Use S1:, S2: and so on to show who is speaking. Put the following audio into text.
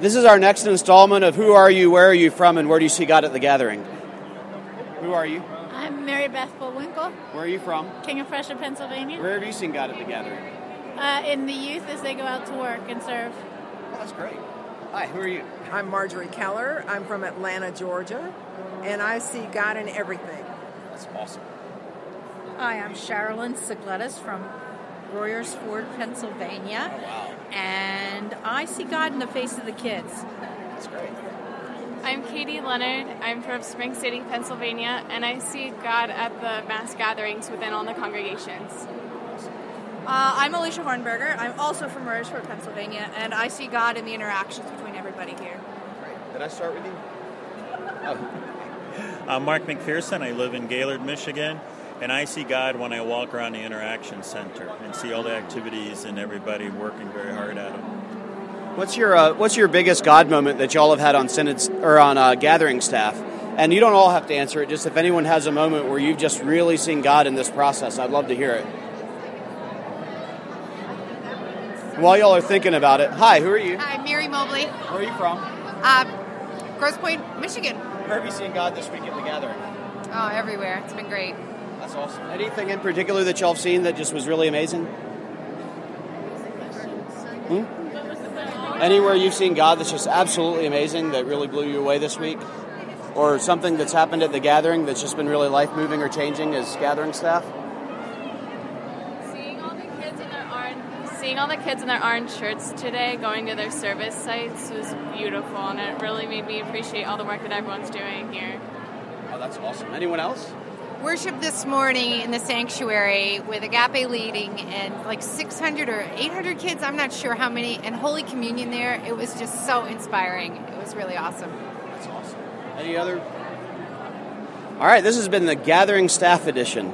S1: This is our next installment of Who Are You, Where Are You From, and Where Do You See God at the Gathering? Who are you?
S2: I'm Mary Beth Bullwinkle,
S1: Where are you from?
S2: King of Prussia, Pennsylvania.
S1: Where have you seen God at the Gathering?
S2: Uh, in the youth as they go out to work and serve.
S1: Well, Oh, that's great. Hi, who are you?
S3: I'm Marjorie Keller. I'm from Atlanta, Georgia, and I see God in everything.
S1: That's awesome.
S4: Hi, I'm Sherilyn Sigletis from Royersford, Pennsylvania. And I see God in the face of the kids.
S1: That's great.
S5: I'm Katie Leonard. I'm from Spring City, Pennsylvania, and I see God at the mass gatherings within all the congregations.
S4: Uh, I'm Alicia Hornberger. I'm also from Royersford, Pennsylvania, and I see God in the interactions between everybody here.
S1: Great. Did I start with you?
S6: I'm Mark McPherson. I live in Gaylord, Michigan, and I see God when I walk around the Interaction Center and see all the activities and everybody working very hard at it.
S1: What's your uh, What's your biggest God moment that y'all have had on synod or on uh, gathering staff? And you don't all have to answer it. Just if anyone has a moment where you've just really seen God in this process, I'd love to hear it. While y'all are thinking about it, hi, who are you?
S7: Hi, Mary Mobley,
S1: Where are you from?
S7: uh, Grosse Pointe, Michigan.
S1: Where have you seen God this week at the gathering?
S7: Oh, everywhere. It's been great.
S1: That's awesome. Anything in particular that y'all have seen that just was really amazing? Hmm? Anywhere you've seen God that's just absolutely amazing that really blew you away this week? Or something that's happened at the gathering that's just been really life moving or changing as gathering staff?
S5: Seeing all the kids in their orange, seeing all the kids in their orange shirts today going to their service sites was beautiful, and it really made me appreciate all the work that everyone's doing here.
S1: Oh, that's awesome. Anyone else?
S7: Worship this morning in the sanctuary with Agape leading and like 600 or 800 kids, I'm not sure how many, and Holy Communion there. It was just so inspiring. It was really awesome.
S1: That's awesome. Any other? All right, this has been the Gathering Staff Edition.